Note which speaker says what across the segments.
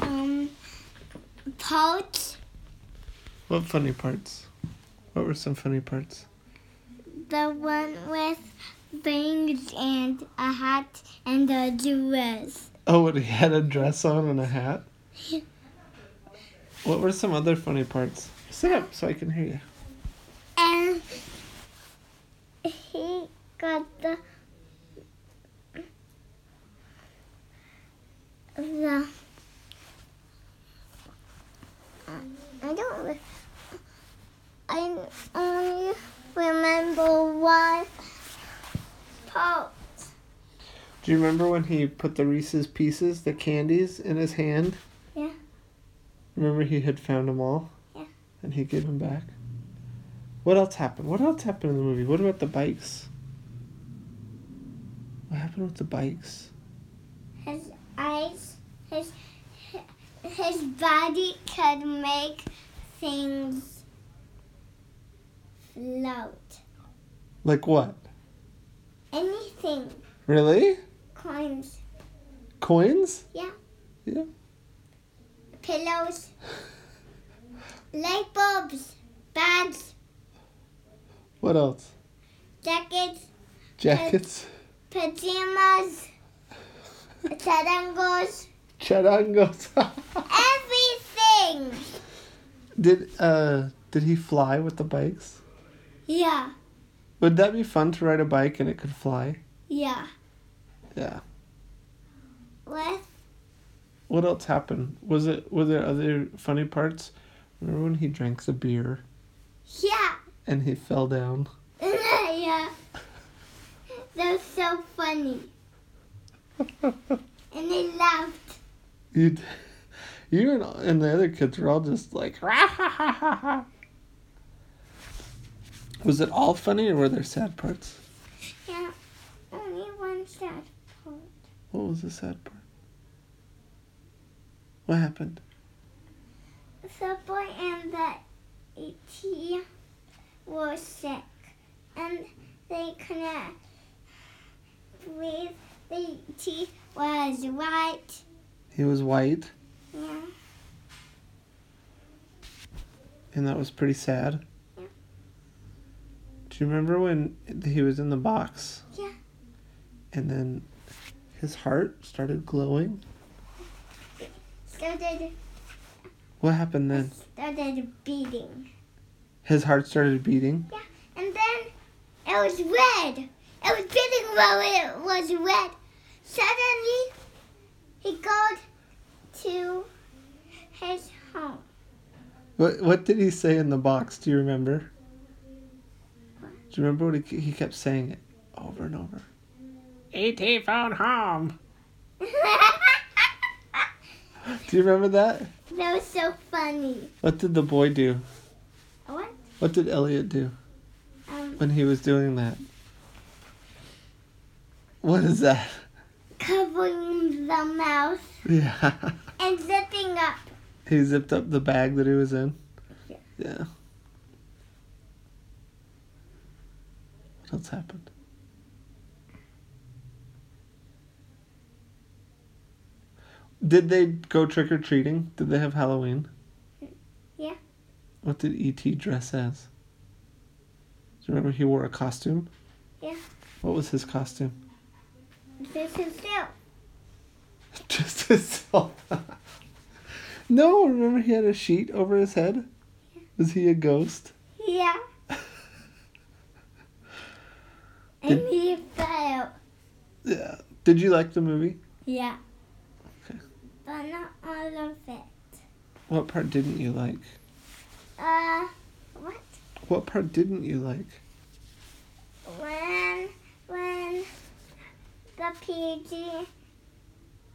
Speaker 1: um, part
Speaker 2: What funny parts? What were some funny parts?
Speaker 1: the one with bangs and a hat and a dress.
Speaker 2: Oh, when he had a dress on and a hat? What were some other funny parts? Sit up so I can hear you.
Speaker 1: And he got the the I don't re- I only remember one part.
Speaker 2: Do you remember when he put the Reese's pieces, the candies, in his hand?
Speaker 1: Yeah.
Speaker 2: Remember he had found them all?
Speaker 1: Yeah.
Speaker 2: And he gave them back? What else happened? What else happened in the movie? What about the bikes? What happened with the bikes?
Speaker 1: His eyes, his his body could make things float.
Speaker 2: Like what?
Speaker 1: Anything,
Speaker 2: Really?
Speaker 1: coins,
Speaker 2: Coins?
Speaker 1: Yeah.
Speaker 2: Yeah.
Speaker 1: pillows, light bulbs, bags,
Speaker 2: What else?
Speaker 1: jackets,
Speaker 2: Jackets?
Speaker 1: pajamas, tarangos,
Speaker 2: Charangos.
Speaker 1: everything.
Speaker 2: did uh did he fly with the bikes?
Speaker 1: Yeah,
Speaker 2: Would that be fun to ride a bike and it could fly?
Speaker 1: yeah.
Speaker 2: Yeah.
Speaker 1: With
Speaker 2: What else happened? Was it were there other funny parts? Remember when he drank the beer
Speaker 1: yeah,
Speaker 2: and he fell down?
Speaker 1: yeah. That's so funny. And they laughed.
Speaker 2: you d- you and, and the other kids were all just like Was it all funny or were there sad parts?
Speaker 1: Yeah, only one sad part.
Speaker 2: What was the sad part? What happened?
Speaker 1: The boy and the ET were sick, and they couldn't breathe. The ET was white.
Speaker 2: He was white
Speaker 1: Yeah,
Speaker 2: and that was pretty sad.
Speaker 1: Yeah.
Speaker 2: Do you remember when he was in the box?
Speaker 1: Yeah.
Speaker 2: And then his heart started glowing?
Speaker 1: started
Speaker 2: What happened then?
Speaker 1: started beating,
Speaker 2: His heart started beating.
Speaker 1: and then it was red. It was beating while it was red. Suddenly, he called to his home.
Speaker 2: What what did he say in the box? Do you remember? Do you remember what he, he kept saying it over and over? ET phone home.
Speaker 1: that
Speaker 2: Do you remember that?
Speaker 1: was so funny.
Speaker 2: What did the boy do?
Speaker 1: What?
Speaker 2: What did Elliot do
Speaker 1: Um,
Speaker 2: when he was doing that? What is that?
Speaker 1: covering the mouth
Speaker 2: Yeah.
Speaker 1: and zipping up.
Speaker 2: He zipped up the bag that he was in.
Speaker 1: Yeah.
Speaker 2: Yeah. What else happened? Did they go trick or treating? Did they have Halloween?
Speaker 1: Yeah.
Speaker 2: What did E.T. dress as? Do you remember he wore a costume?
Speaker 1: Yeah.
Speaker 2: What was his costume?
Speaker 1: This is still.
Speaker 2: Just his No, remember he had a sheet over his head? Was he a ghost?
Speaker 1: Yeah. and he fell.
Speaker 2: Yeah. Did you like the movie?
Speaker 1: Yeah.
Speaker 2: Okay.
Speaker 1: But not all of it.
Speaker 2: What part didn't you like?
Speaker 1: Uh, what?
Speaker 2: What part didn't you like?
Speaker 1: When, when the PG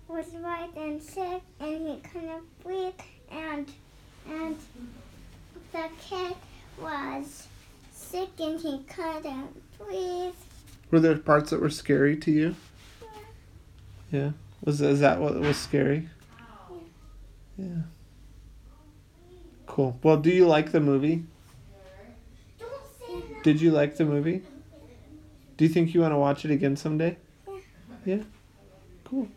Speaker 1: was right and sick and he couldn't breathe and, and the kid was sick and he couldn't breathe.
Speaker 2: Were there parts that were scary to you? Yeah. Was is that what was scary? Yeah. Cool. Well, do you like the movie?
Speaker 1: Don't say that.
Speaker 2: Did you like the movie? Do you think you want to watch it again someday? Yeah. Cool.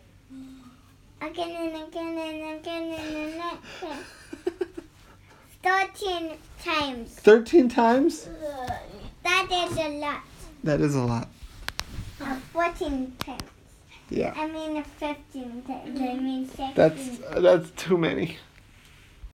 Speaker 1: again and again and again and again. Thirteen times.
Speaker 2: 13 times?
Speaker 1: That is a lot.
Speaker 2: That is a lot.
Speaker 1: Uh, Fourteen times.
Speaker 2: Yeah.
Speaker 1: I mean fifteen times. I mean sixteen.
Speaker 2: That's that's too many.